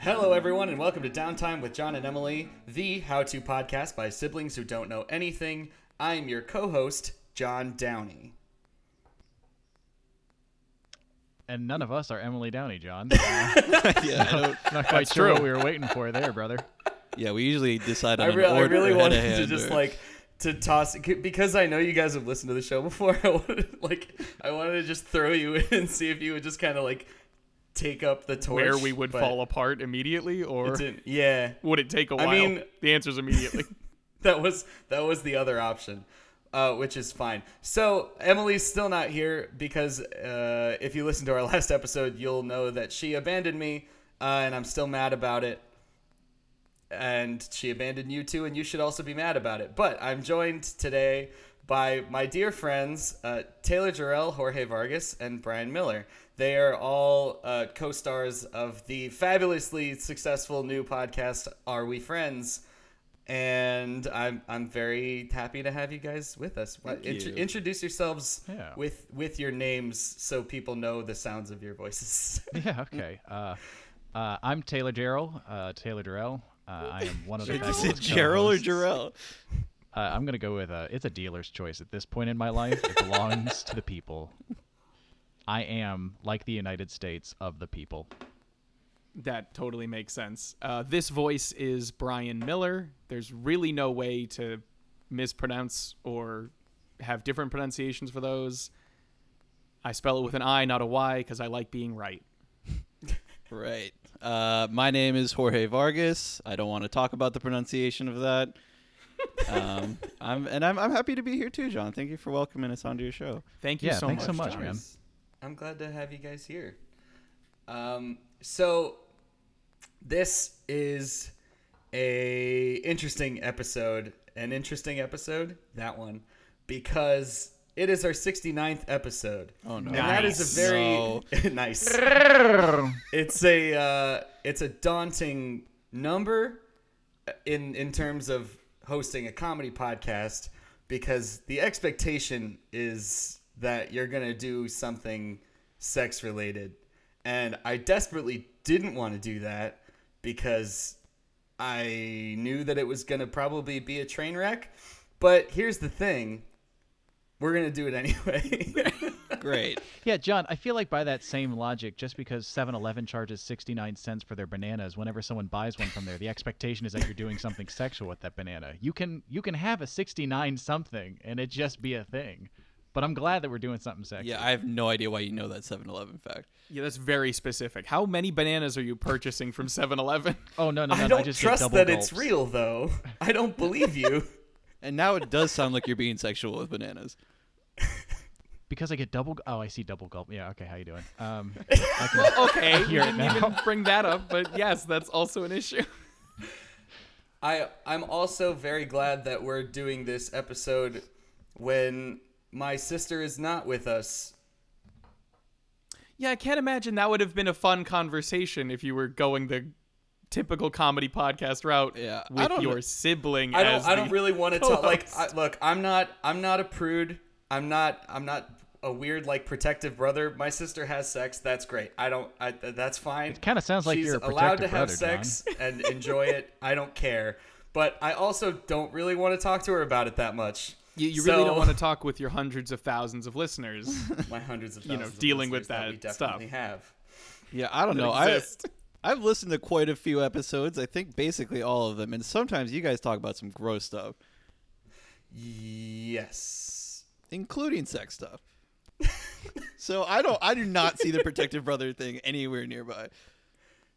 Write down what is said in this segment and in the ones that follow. Hello, everyone, and welcome to Downtime with John and Emily, the how to podcast by siblings who don't know anything. I'm your co host, John Downey. And none of us are Emily Downey, John. Uh, yeah, I don't, Not quite sure what true. we were waiting for there, brother. yeah. We usually decide on I, re- an I order really ahead wanted of to hand just or- like to toss because I know you guys have listened to the show before. I wanted like I wanted to just throw you in and see if you would just kind of like take up the torch where we would but fall apart immediately, it or didn't- Yeah, would it take a while? mean- the answer's immediately. that was that was the other option, uh, which is fine. So Emily's still not here because uh, if you listen to our last episode, you'll know that she abandoned me, uh, and I'm still mad about it. And she abandoned you too, and you should also be mad about it. But I'm joined today by my dear friends uh, Taylor Jarrell, Jorge Vargas, and Brian Miller. They are all uh, co-stars of the fabulously successful new podcast "Are We Friends," and I'm I'm very happy to have you guys with us. Why- int- you. introduce yourselves Yeah. with with your names so people know the sounds of your voices. Yeah, okay. Uh, uh, I'm Taylor Jarrell. Uh, Taylor Jarrell. Uh, I am one of the. Is it fabulous Gerald or co-hosts. Jarrell? Uh, I'm gonna go with uh, it's a dealer's choice at this point in my life. It belongs to the people. I am like the United States of the people. that totally makes sense. Uh, this voice is Brian Miller. There's really no way to mispronounce or have different pronunciations for those. I spell it with an I, not a Y, because I like being right. Right. Uh, my name is Jorge Vargas. I don't want to talk about the pronunciation of that. Um, I'm and I'm, I'm happy to be here too, John. Thank you for welcoming us onto your show. Thank you Yeah, so thanks so much. much, John. man. Nice. I'm glad to have you guys here. Um, so this is a interesting episode, an interesting episode, that one, because it is our 69th episode. Oh no. And that is a very No. nice. It's a uh, it's a daunting number uh, in in terms of hosting a comedy podcast because the expectation is that you're going to do something sex related and I desperately didn't want to do that because I knew that it was going to probably be a train wreck but here's the thing we're going to do it anyway Great. Yeah, John, I feel like by that same logic, just because 7 Eleven charges 69 cents for their bananas, whenever someone buys one from there, the expectation is that you're doing something sexual with that banana. You can you can have a 69 something and it just be a thing. But I'm glad that we're doing something sexual. Yeah, I have no idea why you know that 7-Eleven fact. Yeah, that's very specific. How many bananas are you purchasing from 7 Eleven? oh, no, no, no. I no, don't just did trust double that it's gulps. real though I don't believe you And now it does sound like you're being sexual with bananas. Because I get double. Oh, I see double gulp. Yeah, okay, how you doing? Um, okay, you hear it didn't even bring that up, but yes, that's also an issue. I I'm also very glad that we're doing this episode when my sister is not with us. Yeah, I can't imagine that would have been a fun conversation if you were going the typical comedy podcast route Yeah, I with don't your kn- sibling. I don't as I don't the- really want to tell like I, co-host. look, I'm not I'm not a prude. I'm not I'm not a weird like protective brother. My sister has sex. That's great. I don't I th- that's fine. It kinda sounds like She's you're a allowed to protective have brother, sex and enjoy it. I don't care. But I also don't really want to talk to her about it that much. You, you really don't So- want to talk with your hundreds of thousands of listeners. my hundreds of know, thousands of dealing with listeners we that definitely have. Yeah, I don't know. I exist. I've listened to quite a few episodes. I think basically all of them. And sometimes you guys talk about some gross stuff, Yes. including sex stuff. so I don't. I do not see the protective brother thing anywhere nearby.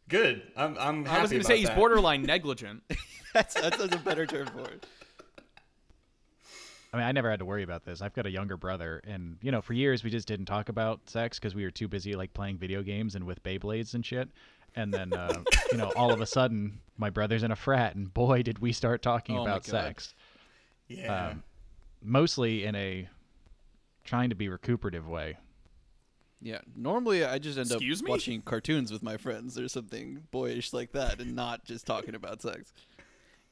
Good. I'm. I'm happy I going was going to to say he's borderline negligent. That's that's, that's a better term for it. I mean, I never had to worry about this. I've got a younger brother, and you know, for years we just didn't talk about sex because we were too busy like playing video games and with Beyblades and shit. And then, uh, you know, all of a sudden, my brother's in a frat, and boy, did we start talking Oh my about God. sex. Yeah. Mostly in a trying to be recuperative way. Yeah. Normally I just end Excuse up me? watching cartoons with my friends or something boyish like that, and not just talking about sex.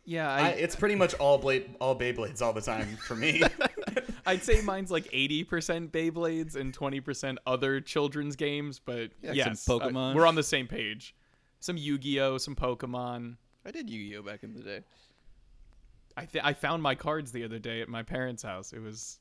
Yeah, I, I, it's pretty much all blade, all Beyblades all the time for me. I'd say mine's like 80% Beyblades and 20% other children's games, but Yeah, yes, some uh, Pokemon. we're on the same page. some Yu-Gi-Oh, some Pokemon. I did Yu-Gi-Oh back in the day. I th- I found my cards the other day at my parents' house. It was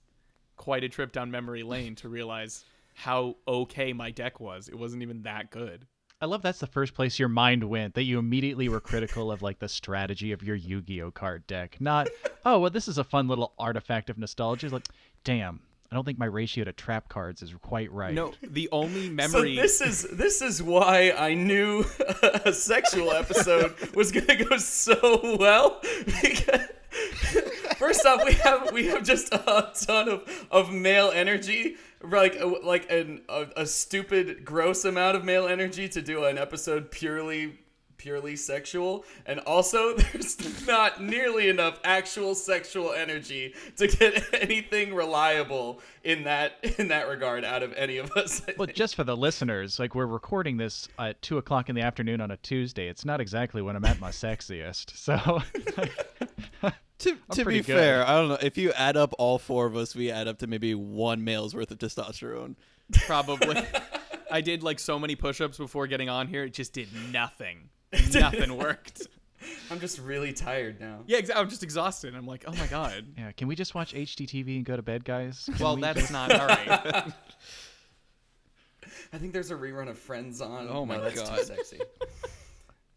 quite a trip down memory lane to realize how okay my deck was. It wasn't even that good. I love that's the first place your mind went that you immediately were critical of like the strategy of your Yu-Gi-Oh card deck. Not, oh well, this is a fun little artifact of nostalgia. It's like, damn, I don't think my ratio to trap cards is quite right. No, the only memory So this is this is why I knew a sexual episode was gonna go so well. Because first off, we have we have just a ton of, of male energy, like uh, like an, a, a stupid, gross amount of male energy to do an episode purely purely sexual and also there's not nearly enough actual sexual energy to get anything reliable in that in that regard out of any of us I Well, just for the listeners, like we're recording this at two o'clock in the afternoon on a Tuesday. It's not exactly when I'm at my sexiest. So, To, to be pretty good. fair, I don't know if you add up all four of us, we add up to maybe one male's worth of testosterone. probably. I did like so many push-ups before getting on here. It just did nothing. nothing worked. I'm just really tired now. Yeah, exa- I'm just exhausted. I'm like, oh my god. yeah, can we just watch HDTV and go to bed, guys? Can Well, we that's not all right. I think there's a rerun of Friends on. Oh my No, that's God. too sexy. just-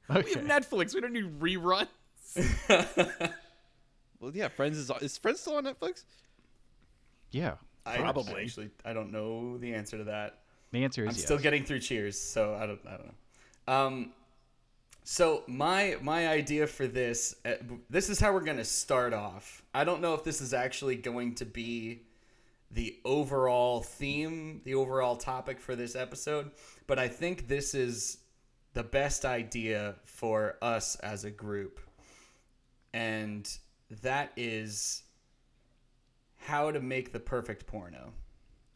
We have okay. Netflix. We don't need reruns. Well, yeah, Friends is is Friends still on Netflix? yeah. I Probably. actually I don't know the answer to that. The answer is I'm yes. still getting through Cheers, so I don't I don't know. Um, so my my idea for this uh, this is how we're gonna start off. I don't know if this is actually going to be the overall theme, the overall topic for this episode, but I think this is the best idea for us as a group. And that is how to make the perfect porno.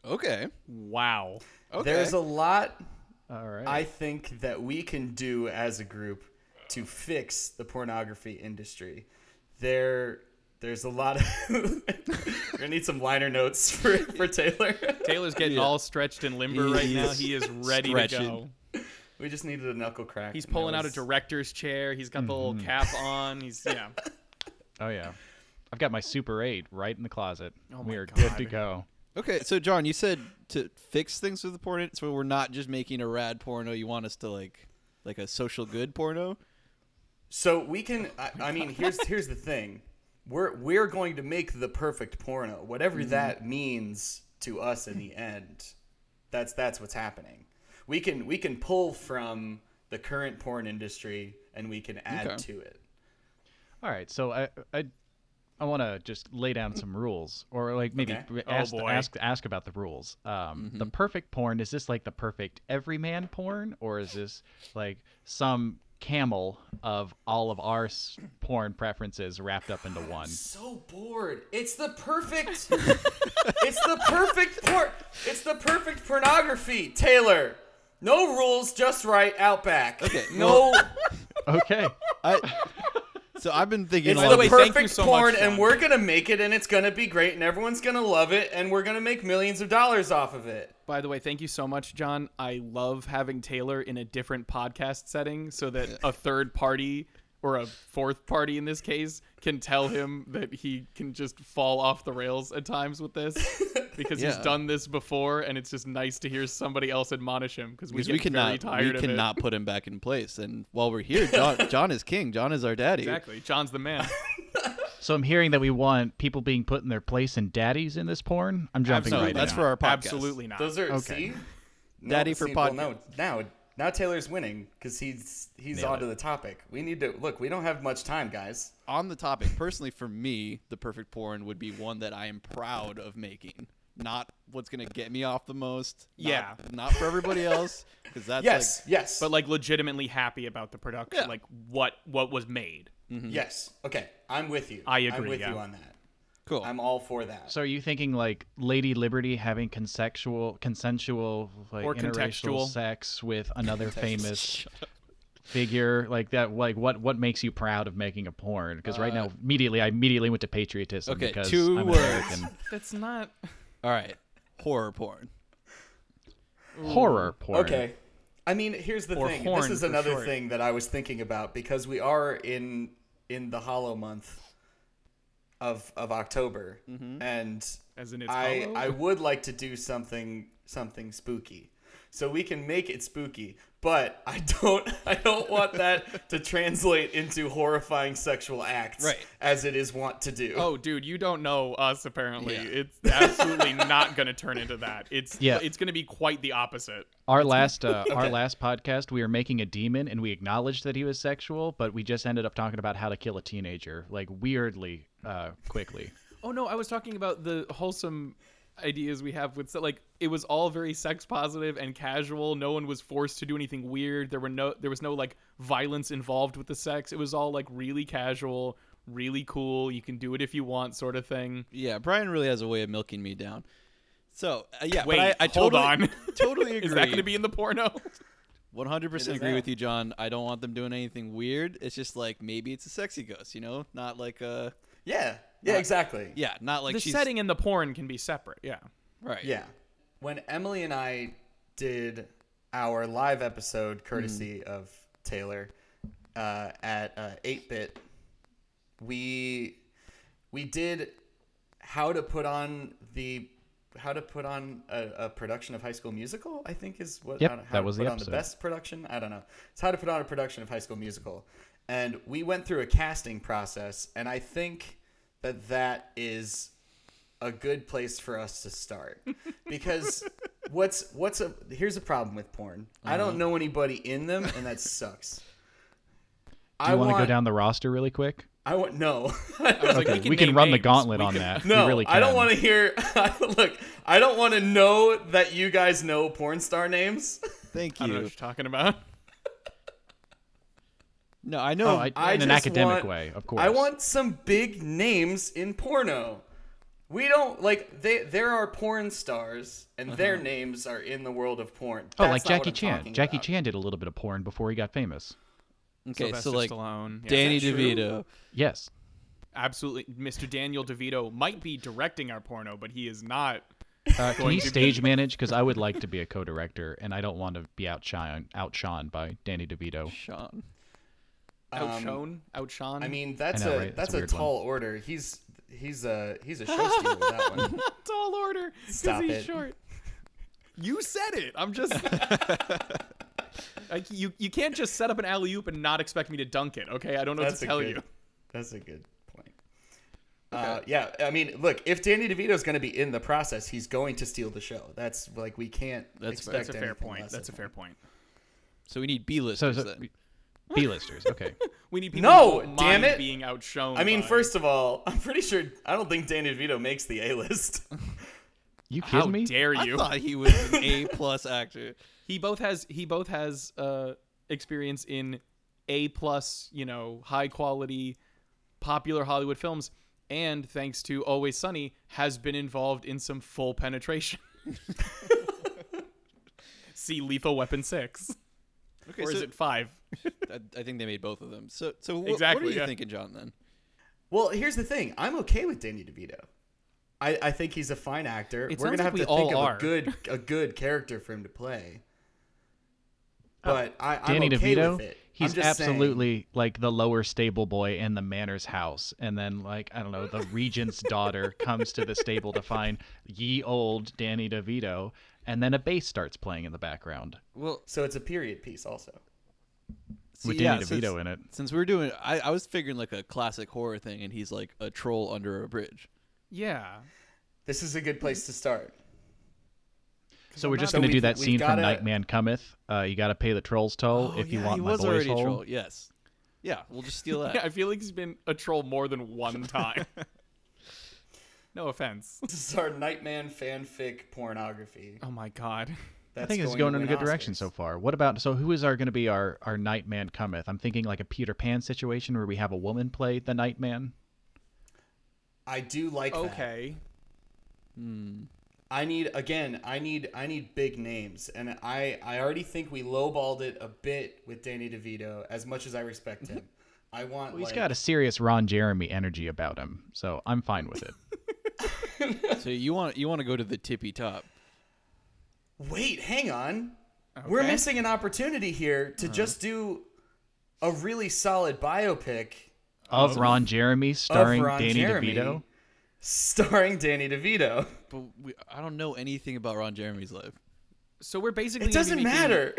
Okay. Wow. Okay. There's a lot All right. I think that we can do as a group to fix the pornography industry. There, there's a lot of. We're gonna need some liner notes for for Taylor. Taylor's getting all stretched and limber right now. He's He is ready to stretching. go. we just needed a knuckle crack. He's and that pulling out a was- director's chair. He's got the little cap on. He's yeah. oh yeah. I've got my Super 8 right in the closet. Oh we my are good to God. go. okay. So John, you said to fix things with the porno, so we're not just making a rad porno. You want us to like like a social good porno? So we can. I, I mean, here's here's the thing. We're we're going to make the perfect porno, whatever Mm-hmm. that means to us in the end. That's that's what's happening. We can we can pull from the current porn industry and we can add Okay. to it. All right, so I I, I want to just lay down some rules, or like maybe Okay. re- Oh, ask, boy. ask ask about the rules. Um, The perfect porn is this like the perfect everyman porn, or is this like some camel of all of our s- porn preferences wrapped up into one? so bored. It's the perfect. it's the perfect por- It's the perfect pornography, Taylor. No rules, just right. Outback. Okay, No. Okay, I. So I've been thinking. It's like, the way, thank you perfect so much, porn, and Sean. we're gonna make it, and it's gonna be great, and everyone's gonna love it, and we're gonna make millions of dollars off of it. By the way, thank you so much, John. I love having Taylor in a different podcast setting so that a third party or a fourth party in this case can tell him that he can just fall off the rails at times with this because he's Yeah. done this before and it's just nice to hear somebody else admonish him because we because get we very cannot we tired of cannot put him back in place. And while we're here, John John is king. John is our daddy. it. Exactly. John's the man. so I'm hearing that we want people being put in their place and daddies in this porn. I'm jumping No, Absolutely. right that's in. for our podcast. Absolutely not. Those are Okay. see, No, Daddy for see, well, podcast. no, now now Taylor's winning because he's he's Nailed onto it. the topic. We need to look. We don't have much time, guys. on the topic, personally, for me, the perfect porn would be one that I am proud of making. Not what's gonna get me off the most. not- Yeah. Not for everybody else, because that's Yes, yes, but like legitimately happy about the production, Yeah. like what what was made. yes. Okay, I'm with you. I I'm agree, with yeah. you on that. like cool. I'm all for that. So are you thinking like Lady Liberty having consensual, consensual, like Or interracial contextual. sex with another famous figure like that? Like what? What makes you proud of making a porn? Because right now, immediately, I immediately went to patriotism. okay, because two I'm an words. American. That's not All right, horror porn. horror porn. okay, I mean, here's the Or thing. horn this is for another short. thing that I was thinking about because we are in in the hollow month of of October, and Mm-hmm. As in it's I hollow? I would like to do something something spooky, so we can make it spooky. But I don't I don't want that to translate into horrifying sexual acts, Right. As it is wont to do. Oh, dude, you don't know us. Apparently, Yeah. it's absolutely not going to turn into that. It's Yeah. it's going to be quite the opposite. Our last uh, our last podcast, we were making a demon, and we acknowledged that he was sexual, but we just ended up talking about how to kill a teenager, like weirdly uh, quickly. Oh no, I was talking about the wholesome ideas we have with like it was all very sex positive and casual. No one was forced to do anything weird. There were no there was no like violence involved with the sex. It was all like really casual, really cool. You can do it if you want, sort of thing. Yeah, Brian really has a way of milking me down. So uh, yeah, Wait, but I, I hold totally, on. totally agree. Is that going to be in the porno? One hundred It percent is agree out. with you, John. I don't want them doing anything weird. It's just like maybe it's a sexy ghost, you know, not like a yeah, yeah, exactly. yeah, not like the she's setting and the porn can be separate. Yeah. right. Yeah. When Emily and I did our live Mm-hmm. episode, courtesy of Taylor, uh, at uh, 8-Bit, we we did how to put on the how to put on a, a production of High School Musical. I think is what Yep, I don't- how that to was put the on the episode. best production. I don't know. It's how to put on a production of High School Musical, and we went through a casting process, and I think that that is a good place for us to start because what's what's a here's a problem with porn. I Uh-huh. don't know anybody in them, and that sucks. Do I you want to go want- down the roster really quick? I want no. Okay, we can we can name run the names. gauntlet We on can- that. No, we really can. I don't want to hear. look, I don't want to know that you guys know porn star names. Thank I don't know you. what you're talking about. No, I know. Oh, I, Um, I in an just academic want- way, of course. I want some big names in porno. We don't like they. There are porn stars, and their names are in the world of porn. Uh-huh. Oh, That's like not what Jackie I'm Chan. talking Jackie about. Chan did a little bit of porn before he got famous. okay, so Sylvester like Stallone. Yeah. Danny Is that true? DeVito. Yes. absolutely Mr. Daniel DeVito might be directing our porno, but he is not. Uh, can Going you to be- stage manage? Because I would like to be a co-director, and I don't want to be outshone outshone by Danny DeVito. Sean. Oh, Outshone, outshone. Um, I mean, that's I know, a right? that's, That's a a, weird one. tall order. He's he's a he's a show stealer. that one. tall order. 'cause Stop he's it. short. You said it. I'm just. like you, you can't just set up an alley oop and not expect me to dunk it. Okay, I don't know That's what to a tell good, you. That's a good point. Uh, yeah, I mean, look, if Danny DeVito's going to be in the process, he's going to steal the show. That's like we can't. That's fair. expect That's a fair anything point. less That's a of fair him. point. So we need B list. So, so B-listers. Okay. We need people No, who don't damn mind it. being outshone. I mean, by- first of all, I'm pretty sure I don't think Danny DeVito makes the A list. You kidding how me? dare I you? thought he was an A plus actor. He both has he both has uh experience in A plus, you know, high quality popular Hollywood films and thanks to Always Sunny has been involved in some full penetration. See Lethal Weapon 6 Okay, or is so it 5? I, I think they made both of them. So so wh- Exactly, what are you yeah. thinking, John? Then Well, here's the thing. I'm okay with Danny DeVito. I, I think he's a fine actor. It We're sounds gonna have like to we all think of are. a good a good character for him to play. But I, I'm Oh. Danny okay DeVito. with it. I'm He's just saying- absolutely like the lower stable boy in the manor's house, and then like I don't know, the regent's daughter comes to the stable to find ye old Danny DeVito, and then a bass starts playing in the background well, So it's a period piece, also. with see, Danny yeah, DeVito since- in it. Since we're doing, I, I was figuring like a classic horror thing, and he's like a troll under a bridge. Yeah. This is a good place to start. So we're just So going to we've- do that we've scene gotta- from Nightman Cometh. Uh, you got to pay the troll's toll Oh, if you want Oh, he my was boy's already hole. a troll. Yes. Yeah, we'll just steal that. I feel like he's been a troll more than one time. no offense. This is our Nightman fanfic pornography. Oh my god. That's I think it's going to in a win good direction Oscars. so far. What about so who is our going to be our our Nightman cometh? I'm thinking like a Peter Pan situation where we have a woman play the Nightman. I do like that. Okay. I need again. I need I need big names, and I I already think we lowballed it a bit with Danny DeVito. As much as I respect him, I want. He's like, got a serious Ron Jeremy energy about him, so I'm fine with it. so you want you want to go to the tippy top? Wait, hang on. We're Okay. missing an opportunity here to just do a really solid biopic Of Ron Jeremy, starring of Ron Danny Jeremy, DeVito. starring Danny DeVito. But we, I don't know anything about Ron Jeremy's life. So we're basically It gonna be doesn't making- matter.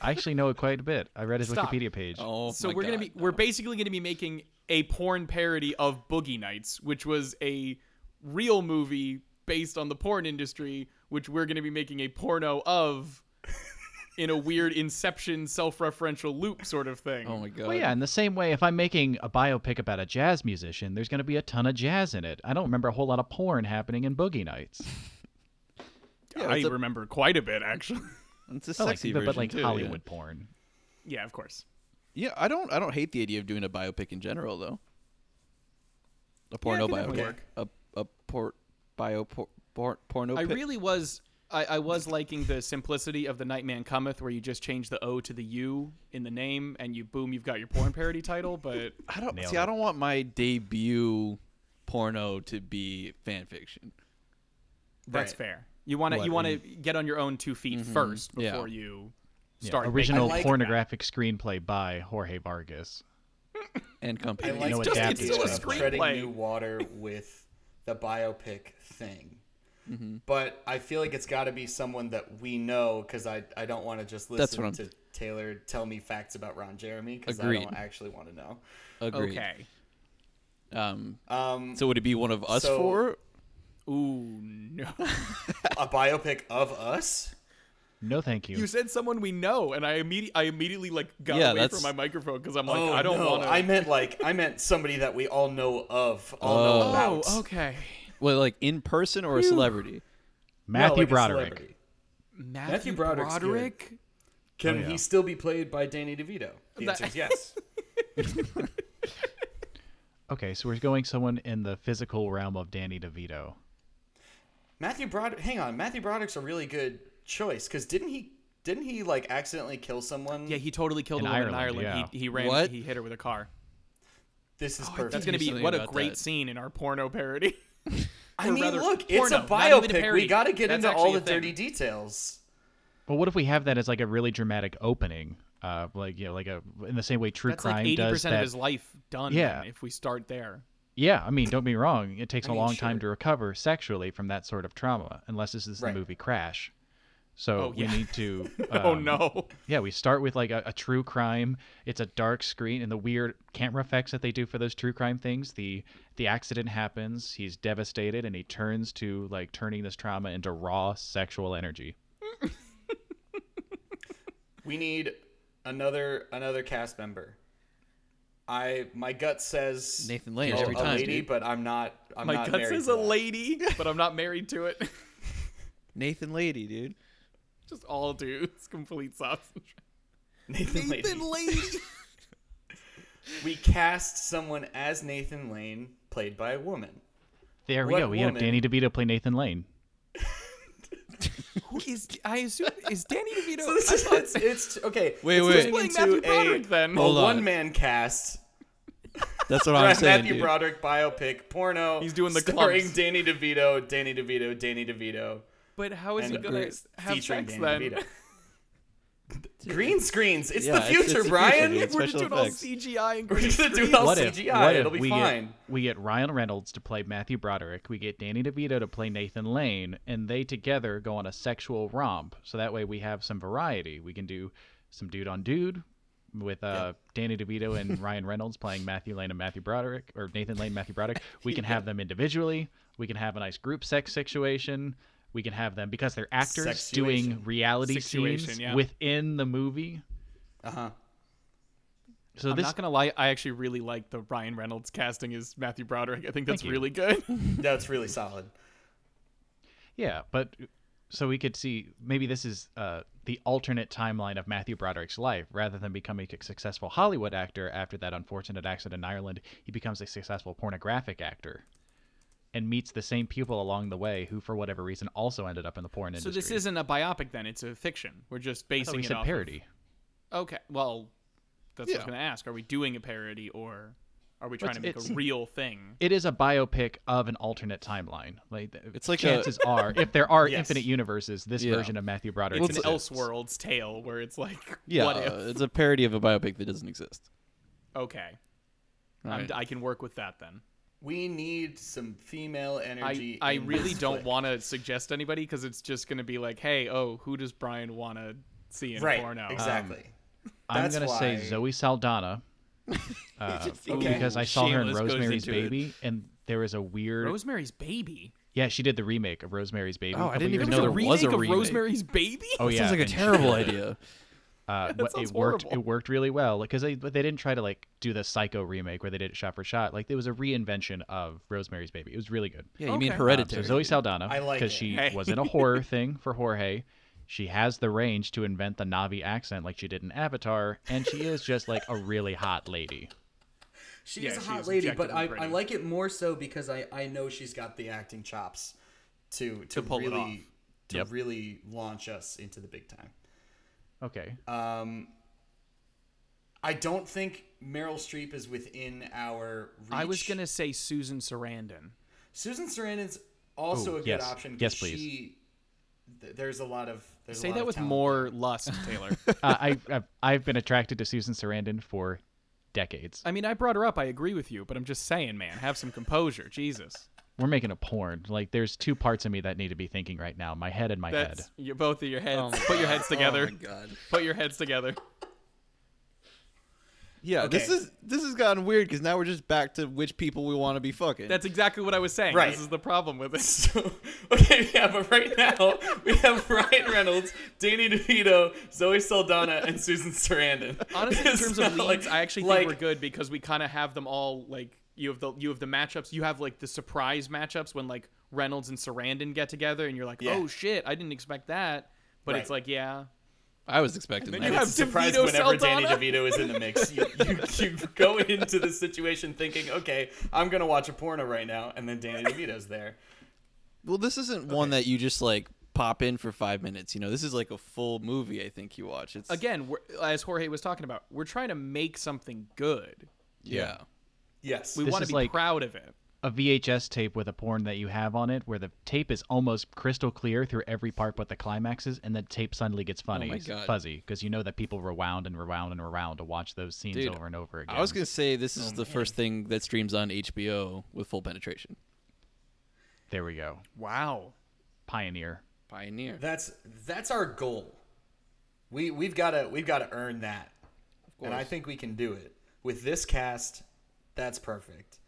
I actually know it quite a bit. I read his Stop. Wikipedia page. Oh, So my we're gonna God. be we're basically gonna be making a porn parody of Boogie Nights, which was a real movie based on the porn industry, which we're gonna be making a porno of in a weird inception self-referential loop sort of thing. Oh my god. Well, yeah, in the same way, if I'm making a biopic about a jazz musician, there's going to be a ton of jazz in it. I don't remember a whole lot of porn happening in Boogie Nights. Yeah, I it's a- remember quite a bit actually. It's a Well, sexy like, but, version but like too, yeah. Hollywood porn. yeah, of course. Yeah. I don't. I don't hate the idea of doing a biopic in general though. A porno could biopic. definitely A a port bio por, por, porno. I pic. really was I, I was liking the simplicity of the Nightman Cometh where you just change the O to the U in the name and you boom you've got your porn parody title, but I don't Nailed see. it. I don't want my debut porno to be fan fiction. That's Right. fair. You want to you What, want to get on your own two feet first yeah. before you Yeah, start making- original I like pornographic screenplay by Jorge Vargas. And company. I like know the what idea Daphne's of from. treading Screenplay. new water with the biopic thing. But I feel like it's got to be someone that we know because I, I don't want to just That's listen what to I'm- Taylor tell me facts about Ron Jeremy because I Agreed. don't actually want to know. Agreed. Okay. Um. Um, So would it be one of us So- four? Ooh no! a biopic of us? No, thank you. you said someone we know, and I immediately I immediately like got Yeah, away that's- from my microphone because I'm like oh, I don't no. want to. I meant like I meant somebody that we all know of, all know Oh. about. oh okay. Well, like in person or a celebrity? No, Matthew like a Broderick. celebrity. Matthew, Broderick's good. Broderick? Can Oh, yeah. he still be played by Danny DeVito? The That- answer is yes. Okay, so we're going someone in the physical realm of Danny DeVito. Matthew Broderick. Hang on, Matthew Broderick's a really good choice because didn't he? Didn't he like accidentally kill someone? Yeah, he totally killed In a woman Ireland, in Ireland. yeah. He, he ran. What? He hit her with a car. This is Oh, That's perfect. gonna be something what a about great that. scene in our porno parody. I or mean, rather, look, it's a porno, not even a biopic. we parody. got to get That's into all actually the a thing. dirty details. But what if we have that as like a really dramatic opening? Uh, like you know, like a in the same way true That's crime like eighty does percent that. of his life done. Yeah. then, If we start there. Yeah, I mean, don't be wrong. It takes a mean, long time sure. to recover sexually from that sort of trauma, unless this is Right. the movie Crash. So Oh, yeah. we need to. oh um, no. Yeah, we start with like a, a true crime. It's a dark screen and the weird camera effects that they do for those true crime things. The the accident happens. He's devastated and he turns to like turning this trauma into raw sexual energy. We need another another cast member. I my gut says Nathan Lane oh, every a time, lady, dude. but I'm not. I'm My not gut married says to a that. lady, but I'm not married to it. Nathan Lady, dude. Just all dudes, complete sausage. Nathan, Lady. lady. We cast someone as Nathan Lane, played by a woman. There we What go. We have woman- Danny DeVito play Nathan Lane. Who is? I assume is Danny DeVito. So this I is thought- it's, it's okay. Wait, it's turning wait. Playing into Matthew a- Broderick, then. a Hold on. one-man cast. That's what I'm saying, Matthew dude. Broderick biopic porno. He's doing the starring clumps. Danny DeVito, Danny DeVito, Danny DeVito, but how is and he gonna Groot have featuring sex Danny then? DeVito. Green screens. It's the Yeah, it's- it's future, the future, Brian. dude. We're just Special doing all effects. CGI and We're green gonna do screen. all What if, CGI. what if It'll be we fine. get we get Ryan Reynolds to play Matthew Broderick, we get Danny DeVito to play Nathan Lane, and they together go on a sexual romp. So that way we have some variety. We can do some dude on dude with uh, Danny DeVito and Ryan Reynolds playing Matthew Lane and Matthew Broderick, or Nathan Lane, Matthew Broderick. We can have them individually. We can have a nice group sex situation. We can have them because they're actors doing Sexuation. reality Situation, scenes yeah. Uh-huh. within the movie. Uh huh. So I'm this not gonna lie, I actually really like the Ryan Reynolds casting as Matthew Broderick. I think that's Thank you. really good. That's really solid. Yeah, but uh, so we could see maybe this is uh, the alternate timeline of Matthew Broderick's life. Rather than becoming a successful Hollywood actor after that unfortunate accident in Ireland, he becomes a successful pornographic actor and meets the same people along the way who, for whatever reason, also ended up in the porn so industry. this isn't a biopic then; it's a fiction. We're just I thought basing we it said off. of- parody. Okay, well, that's what I was Yeah. gonna ask. Are we doing a parody or? Are we trying to make it's- a real thing? It is a biopic of an alternate timeline. Like th- It's like a- chances are, if there are Yes. infinite universes, this Yeah. version of Matthew Broderick. It's an exists. Elseworlds tale where it's like, Yeah, what if? it's a parody of a biopic that doesn't exist. Okay, I'm, Right. I can work with that then. We need some female I, energy. I in really this don't flick. want to suggest anybody because it's just going to be like, hey, oh, who does Brian want to see in Right. porno? Um, Exactly. I'm That's gonna say why- Zoe Saldana uh, Okay. because I saw her in Shameless goes Rosemary's into it. Baby, and there was a weird. Uh, Rosemary's Baby. yeah, she did the remake of Rosemary's Baby. a Oh, I couple didn't even years know ago. there was a of remake. Rosemary's Baby. Oh yeah, Sounds like a and she- terrible idea. Uh, what- sounds it worked. horrible. It worked really well because they but they didn't try to like do the Psycho remake where they did it shot for shot. Like it was a reinvention of Rosemary's Baby. It was really good. Yeah, you mean Okay. Um, hereditary? so Zoe Saldana, I like because it. she Hey. was in a horror thing for Jorge. She has the range to invent the Navi accent like she did in Avatar, and she is just like a really hot lady. She Yeah, is a she hot is lady, but objectively I, pretty. I like it more so because I, I know she's got the acting chops to to, pull it really off. to Yep. really launch us into the big time. Okay. Uh, I don't think Meryl Streep is within our reach. I was going to say Susan Sarandon. Susan Sarandon's also Ooh, a good yes. option. 'cause Yes, please. She, th- there's a lot of there's a Say lot that of with talent more lust, Taylor. uh, I I've, I've been attracted to Susan Sarandon for decades. I mean, I brought her up. I agree with you, but I'm just saying, man, have some composure. Jesus. We're making a porn. Like there's two parts of me that need to be thinking right now, my head and my That's head. you both of your heads. Put your heads Oh together. Oh god. Put your heads together. Yeah, this Okay. is this has gotten weird because now we're just back to which people we want to be fucking. That's exactly what I was saying. Right. This is the problem with it. So, okay, yeah, but right now we have Ryan Reynolds, Danny DeVito, Zoe Saldana, and Susan Sarandon. Honestly, in It's terms of leads, not like- I actually like- think we're good because we kind of have them all. Like you have the you have the matchups. You have like the surprise matchups when like Reynolds and Sarandon get together, and you're like, Yeah. oh shit, I didn't expect that. But it's Right. like, yeah, I was expecting that. you have It's surprised DeVito whenever Saldana. Danny DeVito is in the mix. You, you, you go into the situation thinking, okay, I'm gonna watch a porno right now, and then Danny DeVito's there. well, this isn't one that you just like pop in for five minutes. You know, this is like a full movie. I think you watch. It's again, we're, as Jorge was talking about, we're trying to make something good. yeah. Yes, We This want is to be like- proud of it. A VHS tape with a porn that you have on it where the tape is almost crystal clear through every part but the climaxes and the tape suddenly gets funny, my God. fuzzy because you know that people rewound and rewound and rewound to watch those scenes Dude, over and over again. I was gonna say this is the first thing that streams on HBO with full penetration. There we go. Wow. Pioneer. Pioneer. that's that's our goal. We we've gotta we've gotta earn that, and I think we can do it with this cast. That's perfect.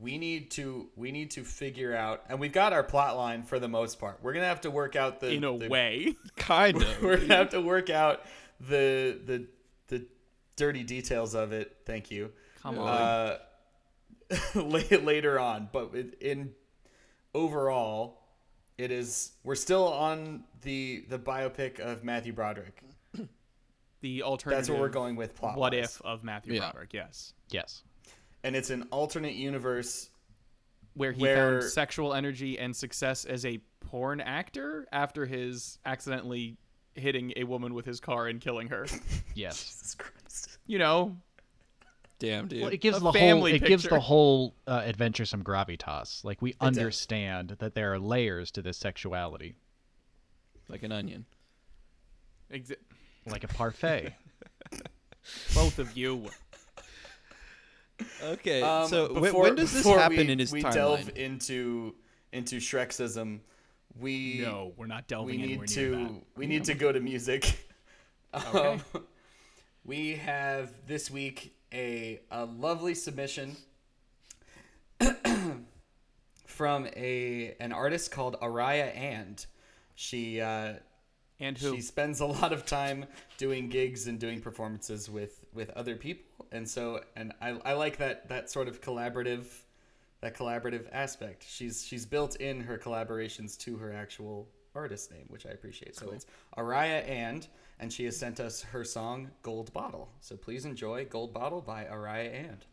We need to we need to figure out, and we've got our plot line for the most part. We're gonna have to work out the In a the- way, Kind of. We're gonna have to work out the the the dirty details of it. Thank you. come on. Uh, la- later on, but it, in overall, it is we're still on the the biopic of Matthew Broderick. the alternative. That's what we're going with plot. What wise. if of Matthew Yeah. Broderick? Yes, Yes. And it's an alternate universe. where he Where- found sexual energy and success as a porn actor after his accidentally hitting a woman with his car and killing her. Yes. Jesus Christ. you know, Damn, dude. Well, it gives A the whole family it gives the picture. whole uh, adventure some gravitas. Like we understand that there are layers to this sexuality, like an onion. ex- like a parfait. both of you. Okay. Um, so wh- before- when does this before happen we- in his we timeline? delve into into Shrexism? We No, we're not we delving anywhere need near that. to we need to go to music. Okay. Um, we have this week a a lovely submission from a an artist called Araya and she uh, And who? she spends a lot of time doing gigs and doing performances with with other people and so and I, I like that that sort of collaborative that collaborative aspect she's she's built in her collaborations to her actual artist name which i appreciate so it's araya and and she has sent us her song gold bottle so please enjoy gold bottle by araya and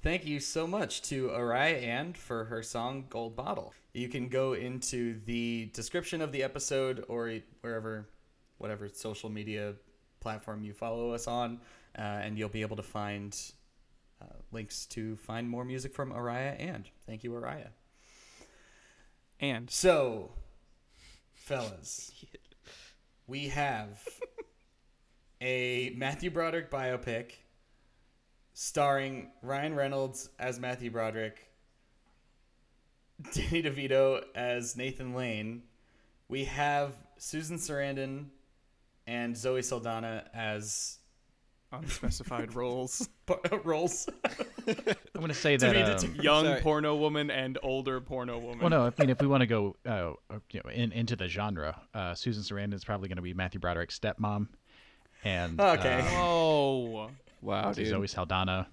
Thank you so much to Arai and for her song Gold Bottle. You can go into the description of the episode or e, wherever, whatever social media platform you follow us on, uh, and you'll be able to find uh, links to find more music from Araya and. Thank you, Araya. And So, fellas, we have a Matthew Broderick biopic starring Ryan Reynolds as Matthew Broderick, Danny DeVito as Nathan Lane. We have Susan Sarandon and Zoe Saldana as unspecified roles. par- roles. I'm gonna say To that. be um, determined. Young Sorry. porno woman and older porno woman. well, no, I mean if we want to go uh, you know, in, into the genre, uh, Susan Sarandon is probably gonna be Matthew Broderick's stepmom, and Okay. uh, Oh. Wow, so dude. Zoe Saldana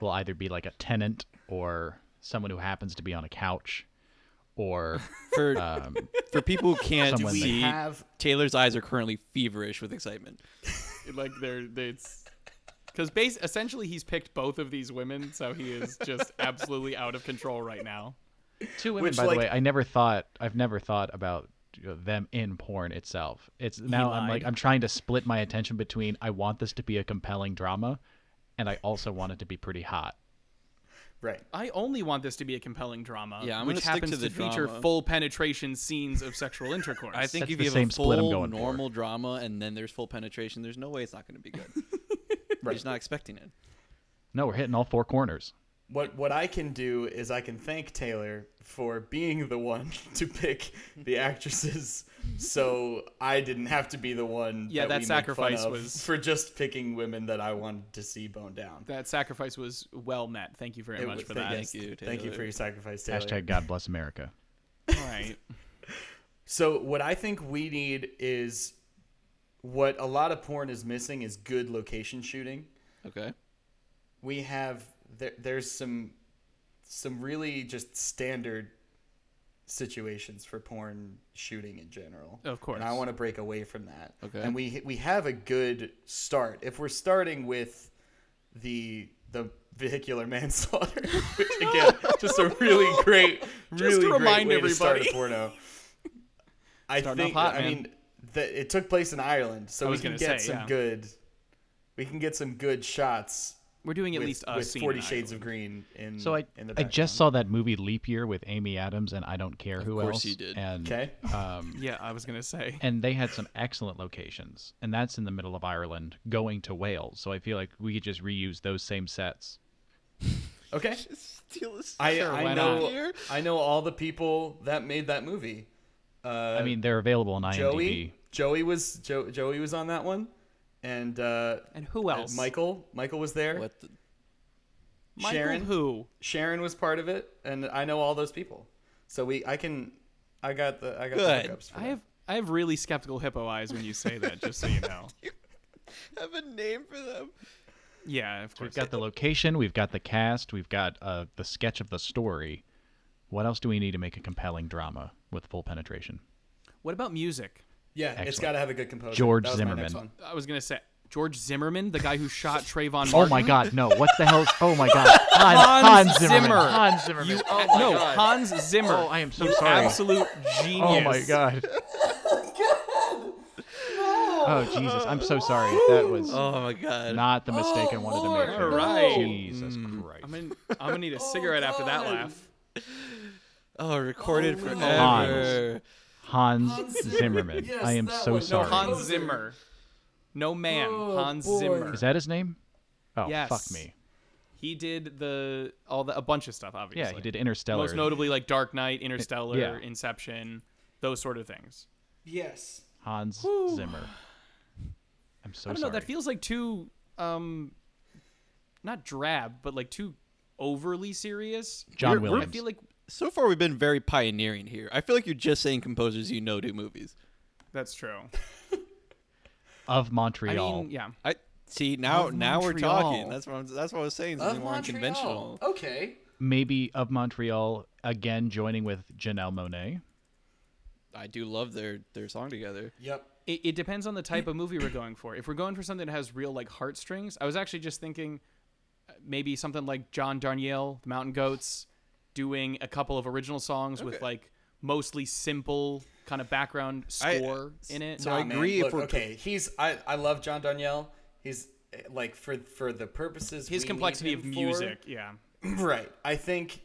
will either be like a tenant or someone who happens to be on a couch, or for um, for people who can't Someone we see, have Taylor's eyes are currently feverish with excitement. like they're they- it's because base essentially he's picked both of these women, so he is just absolutely out of control right now. Two women, Which, by like- the way. I never thought. I've never thought about you know, them in porn itself. It's now I'm like lied. I'm trying to split my attention between I want this to be a compelling drama, and I also want it to be pretty hot. right. I only want this to be a compelling drama, Yeah, I'm gonna which stick happens to the feature drama. full penetration scenes of sexual intercourse. I think That's if the you have same a split I'm full going for. normal drama and then there's full penetration, there's no way it's not going to be good. We're just not expecting it. No, we're hitting all four corners. What what I can do is I can thank Taylor for being the one to pick the actresses, so I didn't have to be the one. Yeah, that we make fun sacrifice of was- for just picking women that I wanted to see bone down. that sacrifice was well met. Thank you very It much was- for that. yes, Thank you, Thank you Taylor. for your sacrifice, Taylor. Hashtag God bless America. All right. So what I think we need is what a lot of porn is missing is good location shooting. Okay. we have there, there's some some really just standard situations for porn shooting in general. Of course. And I want to break away from that. Okay. And we we have a good start. If we're starting with the the vehicular manslaughter, which again, just a really great to really great remind way to start a everybody. porno. I Starting think off hot, I man. mean the, it took place in Ireland, so we was can gonna get say, some yeah. good we can get some good shots We're doing at with, least a with scene Forty in Shades Ireland. of Green in So I Mm, in the I background. just saw that movie Leap Year with Amy Adams and I don't care who course else. you did. And, okay Um, Yeah, I was gonna say. and they had some excellent locations, and that's in the middle of Ireland, going to Wales. So I feel like we could just reuse those same sets. okay. Steal this. I, Sure, I why know not? Here? I know all the people that made that movie. Uh, I mean, they're available on IMDb. Joey Joey was jo- Joey was on that one, and uh, And who else? Michael Michael was there. What the, Michael Sharon who? Sharon was part of it, and I know all those people. So we I can I got the I got Good. the hookups. For I that. have I have really skeptical hippo eyes when you say that. Just so you know. have a name for them. Yeah, of We've course. got the location, we've got the cast, we've got uh, the sketch of the story. What else do we need to make a compelling drama with full penetration? what about music? yeah, it's Excellent. got to have a good composer. George That was My next Zimmerman. one. I was gonna say George Zimmerman, the guy who shot Trayvon. Oh Martin. my God, no! What the hell? Oh my God, Hans, Hans Hans Zimmerman. Zimmer. Hans Zimmerman. You, my no, God. Hans Zimmer. Oh, I am so you sorry. Absolute genius. oh my God. Oh Jesus, I'm so sorry. That was Oh my god. not the mistake I wanted Lord, to make. All right. Jesus Christ. I'm gonna, I'm gonna need a cigarette after that God. laugh. Oh, recorded forever. Hans, Zimmer. Zimmerman. Yes, I am that so one. No, sorry. Hans Composer. Zimmer. No man. Oh, Hans boy. Zimmer. Is that his name? Oh Yes. fuck me. he did the all the a bunch of stuff. Obviously. Yeah, he did Interstellar. Most notably, like Dark Knight, Interstellar, yeah. Inception, those sort of things. Yes. Hans Zimmer. I'm so I sorry. don't know. That feels like too, um, not drab, but like too overly serious. John We're- we're- Williams. I feel like So far, we've been very pioneering here. I feel like you're just saying composers you know do movies. that's true. of I Montreal. mean, yeah. I see now. Of now we're Montreal. talking. That's what I'm, that's what I was saying. Something more unconventional. Okay. Maybe of Montreal again, joining with Janelle Monet. I do love their their song together. Yep. It, it depends on the type of movie we're going for. If we're going for something that has real like heartstrings, I was actually just thinking, uh, maybe something like John Darnielle, the Mountain Goats, doing a couple of original songs with Okay. like mostly simple kind of background I- uh, score in it. so I man, agree if look, we're- okay. He's I, I love John Danielle. He's eh, like for for the purposes his we need complexity him of for- music, yeah. Right. I think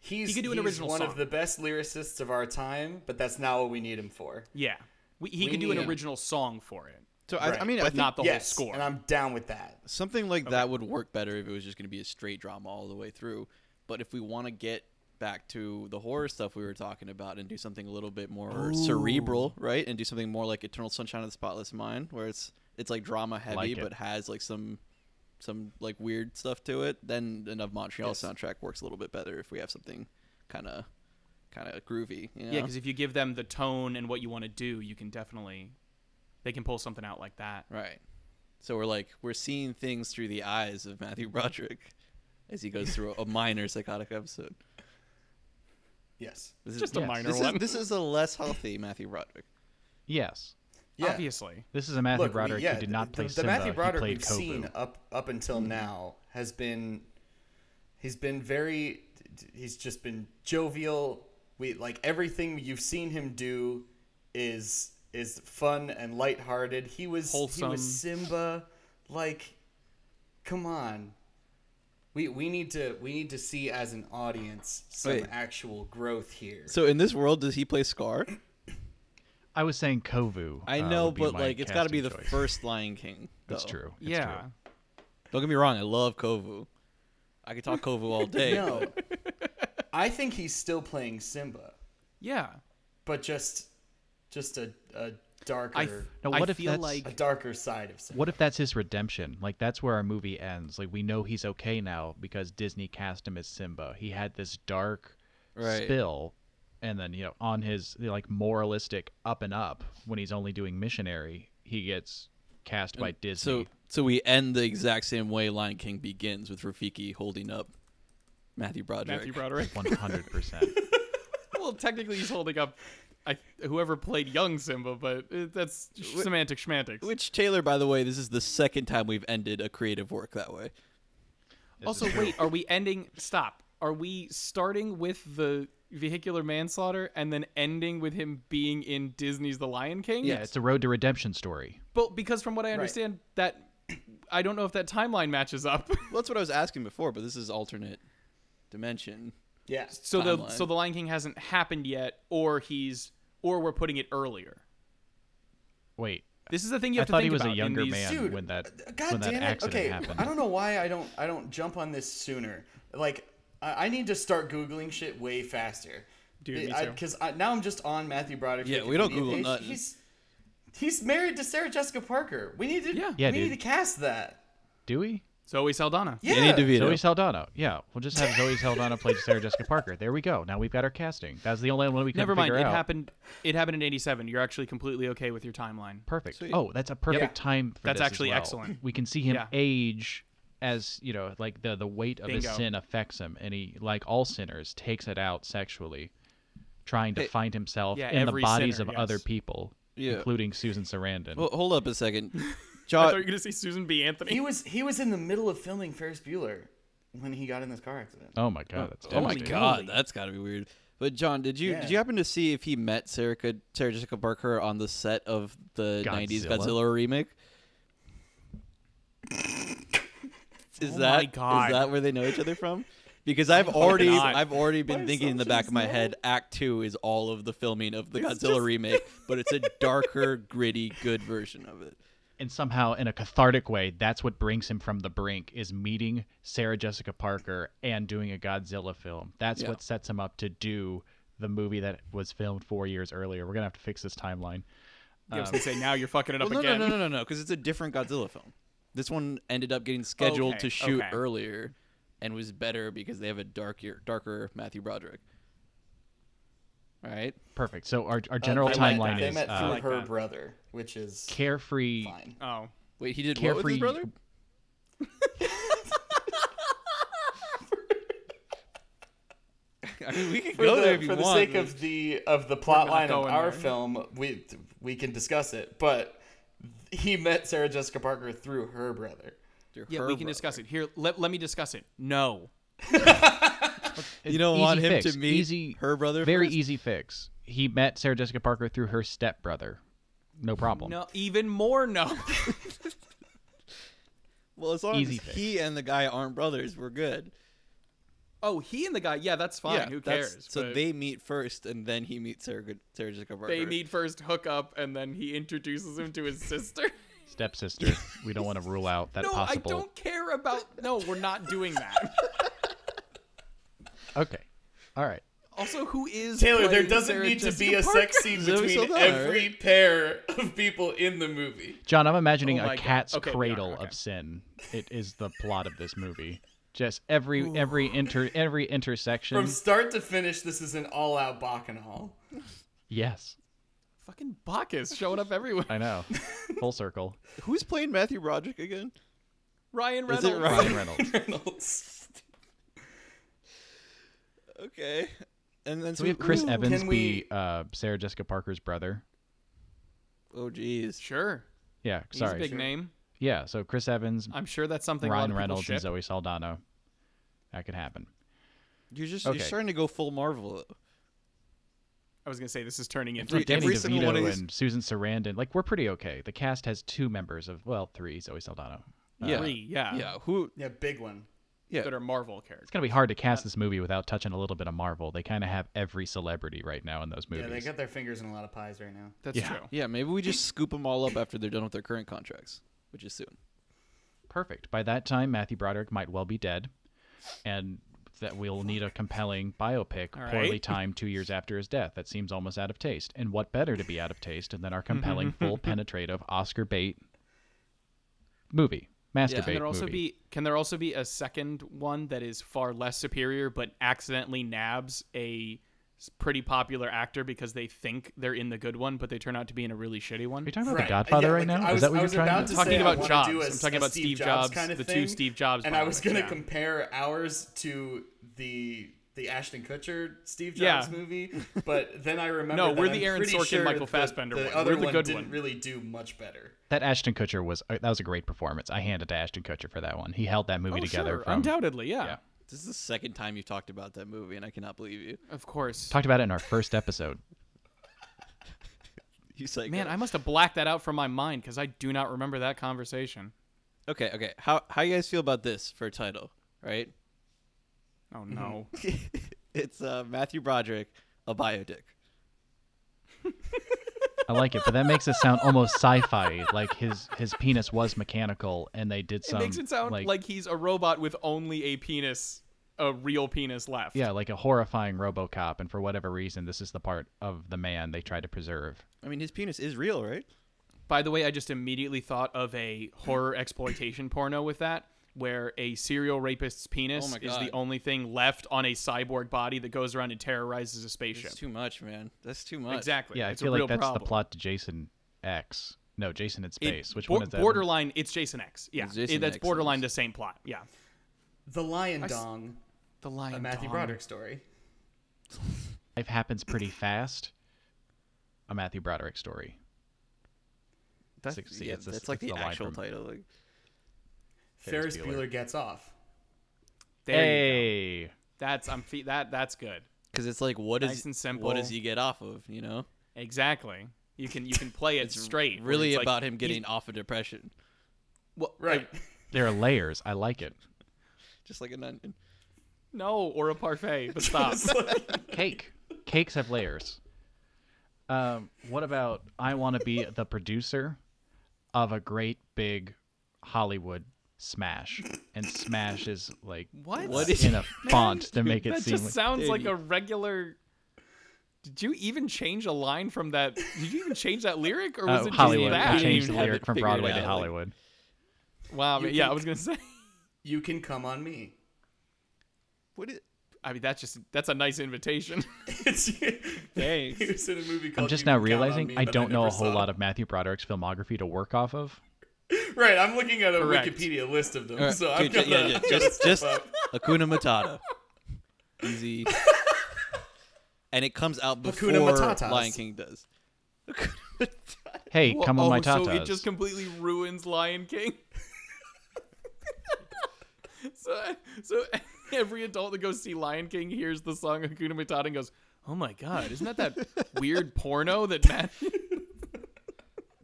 he's He could do an he's original one of song. the best lyricists of our time, but that's not what we need him for. Yeah. We, he We could do an need- original song for it, So I, I Right, mean, I but think not the yes, whole score. and I'm down with that. something like that would work better if it was just going to be a straight drama all the way through. But if we want to get back to the horror stuff we were talking about and do something a little bit more cerebral, right? And do something more like Eternal Sunshine of the Spotless Mind, where it's it's like drama heavy Like it. but has like some some like weird stuff to it. Then another Montreal soundtrack works a little bit better if we have something kind of kind of groovy. You know? Yeah, because if you give them the tone and what you want to do, you can definitely they can pull something out like that. Right. So we're like we're seeing things through the eyes of Matthew Broderick as he goes through a minor psychotic episode. Yes. This Just a Yes. minor this is one, this is a less healthy Matthew Broderick. Yes. Yeah. obviously. This is a Matthew Look, we- Broderick yeah, who did the- not play the, Simba. Matthew Broderick he played Hmm. we've Kobu. seen up up until now has been he's been very he's just been jovial. We like everything you've seen him do is is fun and lighthearted. He was he Wholesome. was Simba like come on. We, we need to we need to see as an audience some Wait. actual growth here. So in this world, does he play Scar? I was saying Kovu. I uh, know, would be but my like it's got to be the casting choice. first Lion King. That's though. true. It's yeah. true. Don't get me wrong. I love Kovu. I could talk Kovu all day. no. but- I think he's still playing Simba. Yeah. but just just a, a darker I Now, I what if feel that's- a like darker side of Simba. What if that's his redemption? Like that's where our movie ends. Like we know he's okay now because Disney cast him as Simba. He had this dark Right. spill and then, you know, on his like moralistic up and up when he's only doing missionary, he gets cast by Disney. So so we end the exact same way Lion King begins with Rafiki holding up Matthew Broderick. Matthew Broderick. 100%. well, technically he's holding up I, whoever played young Simba, but it, that's semantic schmantics. Which Taylor, by the way, this is the second time we've ended a creative work that way. also, wait, are we ending? Stop. Are we starting with the vehicular manslaughter and then ending with him being in Disney's The Lion King? yeah, it's a road to redemption story. But because from what I understand, that I don't know if that timeline matches up. Well, that's what I was asking before, but this is alternate dimension. Yeah. so the timeline. so the Lion King hasn't happened yet, or he's or we're putting it earlier. Wait. This is the thing you I have thought to he was think about a in younger these- man Dude, uh, when that God when that damn it. accident Okay, happened. I don't know why I don't I don't jump on this sooner. Like I, I need to start googling shit way faster. Dude, me too. Because now I'm just on Matthew Broderick's Yeah, we don't Wikipedia Google page. nothing. He's he's married to Sarah Jessica Parker. We need to Yeah. Yeah, we need to dude. cast that. Dewey? Zoe Saldana. Yeah. Danny DeVito. Zoe Saldana. Yeah, we'll just have Zoe Saldana play Sarah Jessica Parker. There we go. Now we've got our casting. That's the only one we can Never mind. figure It out. happened. It happened in '87. You're actually completely okay with your timeline. Perfect. Sweet. Oh, that's a perfect time for That's this as actually well. excellent. We can see him Yeah. age as, you know, like the the weight of his Bingo. sin affects him and he like all sinners takes it out sexually trying to Hey. find himself Yeah, in the every bodies sinner, of other yes. people, Yeah. including Susan Sarandon. Well, hold up a second. I John, thought you were gonna see Susan B. Anthony. He was he was in the middle of filming Ferris Bueller when he got in this car accident. oh my god, that's oh my devastating. god, that's got to be weird. But John, did you did Yeah. you happen to see if he met Sarah, Ca- Sarah Jessica Parker on the set of the '90s Godzilla? Godzilla remake? Is Oh that my God. is that where they know each other from? Because I've already not. I've already been My thinking in the back of my assumption is head, Act Two is all of the filming of the Godzilla just- remake, but it's a darker, gritty, good version of it. and somehow in a cathartic way that's what brings him from the brink is meeting sarah jessica parker and doing a godzilla film that's Yeah. what sets him up to do the movie that was filmed four years earlier we're gonna have to fix this timeline I was gonna say now you're fucking it up Well, no, no, again. no, no, no, no, because it's a different Godzilla film. This one ended up getting scheduled Okay, to shoot okay. earlier, and was better because they have a darker, darker Matthew Broderick. All right. perfect so our, Uh, our general they timeline met, they is met through uh, like her that. brother, which is carefree fine. Oh, Wait, he did what with carefree his brother? I mean, we could for go the, there if you for the want. sake of the of the plot not line of going our there. film, we we can discuss it. But he met Sarah Jessica Parker through her brother. You're Yeah, her we can brother. discuss it. Here, let, let me discuss it. No. You don't want Easy him fix. to meet Easy- her brother. Very e- first? easy fix. He met Sarah Jessica Parker through her stepbrother. No problem. No, even more no. Well, as long Easy as fix. he and the guy aren't brothers, we're good. oh, he and the guy. Yeah, that's fine. yeah, Who that's- cares? So But they meet first, and then he meets Sarah, Good- Sarah Jessica Parker. they meet first, hook up, and then he introduces him to his sister. Stepsister. we don't want to rule out that no, possible. I don't care about. No, we're not doing that. Okay. All right. Also, who is Taylor, there playing doesn't Sarah need to be Jessica a Parker? sex scene Zoe between Saldana, every pair of people in the movie. John, I'm imagining Oh my a God. cat's Okay, we are. cradle Okay. of sin. It is the plot of this movie. Just every every inter every intersection. From start to finish, this is an all-out Bacchanal. yes, Fucking Bacchus showing up everywhere. I know. Full circle. Who's playing Matthew Broderick again? Ryan Is Reynolds. it Ryan? Ryan Reynolds. Reynolds. Okay. And then so So we have Chris Ooh, Evans can we- be uh, Sarah Jessica Parker's brother. Oh, jeez. Sure. Yeah, He's sorry. a big name. Yeah, so Chris Evans, I'm sure that's something a lot Ryan of people Reynolds, and ship. Zoe Saldana. That could happen. You're just Okay. you're starting to go full Marvel. I was gonna say this is turning into Every- From Danny every single one of DeVito these- and Susan Sarandon, like we're pretty okay. The cast has two members of well, three Zoe Saldana. yeah. three. Yeah. Yeah. Who? Yeah, big one. Yeah. That are Marvel It's characters. gonna be hard to cast this movie without touching a little bit of Marvel. They kind of have every celebrity right now in those Yeah, movies. they got their fingers in a lot of pies right now. That's Yeah. true. Yeah. Maybe we just scoop them all up after they're done with their current contracts, which is soon. Perfect. By that time, Matthew Broderick might well be dead, and that we'll need a compelling biopic All poorly right. timed two years after his death. That seems almost out of taste. And what better to be out of taste than our compelling, full, penetrative Oscar bait movie, masturbate Can there also movie. be can there also be a second one that is far less superior but accidentally nabs a s- pretty popular actor because they think they're in the good one but they turn out to be in a really shitty one? Are you talking about Right. The Godfather Yeah, right like, now? I Is was- that what I you're was trying about to to do? say Talking I about wanna Jobs. do a- I'm talking a about Steve Steve Jobs Jobs, kinda the two thing, Steve Jobs And I was biopics, gonna yeah. compare ours to the the Ashton Kutcher Steve Yeah. Jobs movie, but then I remember No, that we're the I'm Aaron pretty Sorkin, sure Michael the- Fassbender The one. other We're the one good didn't one. really do much better. That Ashton Kutcher was uh, that was a great performance. I handed to Ashton Kutcher for that one. He held that movie Oh, together. sure. From, Undoubtedly, yeah. This is the second time you've talked about that movie, and I cannot believe you. Of course. Talked about it in our first episode. You psycho. Man, I must have blacked that out from my mind because I do not remember that conversation. Okay. Okay. How how you guys feel about this for a title? Right. Oh no. it's uh, Matthew Broderick, a biodick. I like it, but that makes it sound almost sci-fi. Like his his penis was mechanical, and they did some. it makes it sound like, like, he's a robot with only a penis, a real penis left. yeah, like a horrifying RoboCop. And for whatever reason, this is the part of the man they tried to preserve. I mean, his penis is real, right? By the way, I just immediately thought of a horror exploitation porno with that, where a serial rapist's Oh penis my is God. the only thing left on a cyborg body that goes around and terrorizes a spaceship. It's too much, man. That's too much. exactly. Yeah, it's I feel a real like that's problem. the plot to Jason X. No, Jason in It- space. Which bor- one is that? Borderline. It's Jason X. Yeah, It's Jason it- that's X, borderline yes. the same plot. Yeah, The Lion s- Dong, the lion. a Matthew Dong. Broderick story. Life happens pretty fast. A Matthew Broderick story. That's, Six- see, yeah, it's the- that's like it's the, the line actual from- title. Like, Ferris Ferris Bueller. Bueller. gets off. There you go. hey, That's I'm fe- that that's good. because it's like what is Nice and simple. what does he get off of? You know, Exactly. You can you can play it straight. where really it's like about him he's- getting off of depression, well, Right. there are layers. I like it. just like an onion. No, or a parfait. But stop. cake. Cakes have layers. Um, what about I want to be the producer of a great big Hollywood smash, and smash is like What? What is- in a font to make it that seem just like sounds Dude, like you- a regular. Did you even change a line from that? Did you even change that lyric, or was uh, it Hollywood. just I that? Change- changed the Have it lyric from figured Broadway out, to like- Hollywood. Wow. You Yeah, I can- was gonna say. You can come on me. What is? I mean, that's just that's a nice invitation. It's Thanks. He was in a movie called I'm just You now Can Count on realizing Me, I but don't know never a whole saw lot it. of Matthew Broderick's filmography to work off of. Right, I'm looking at a Correct. Wikipedia list of them, All right, so I'm dude, ju- gonna, Uh, yeah, yeah, just just up. Akuna Matata, easy, and it comes out before Hakuna Matatas. Lion King does. Hakuna Matata. Hey, Well, come on oh, my so tatas. it just completely ruins Lion King. So, so every adult that goes see Lion King hears the song Hakuna Matata and goes, "Oh my god, isn't that that weird porno that Matt?"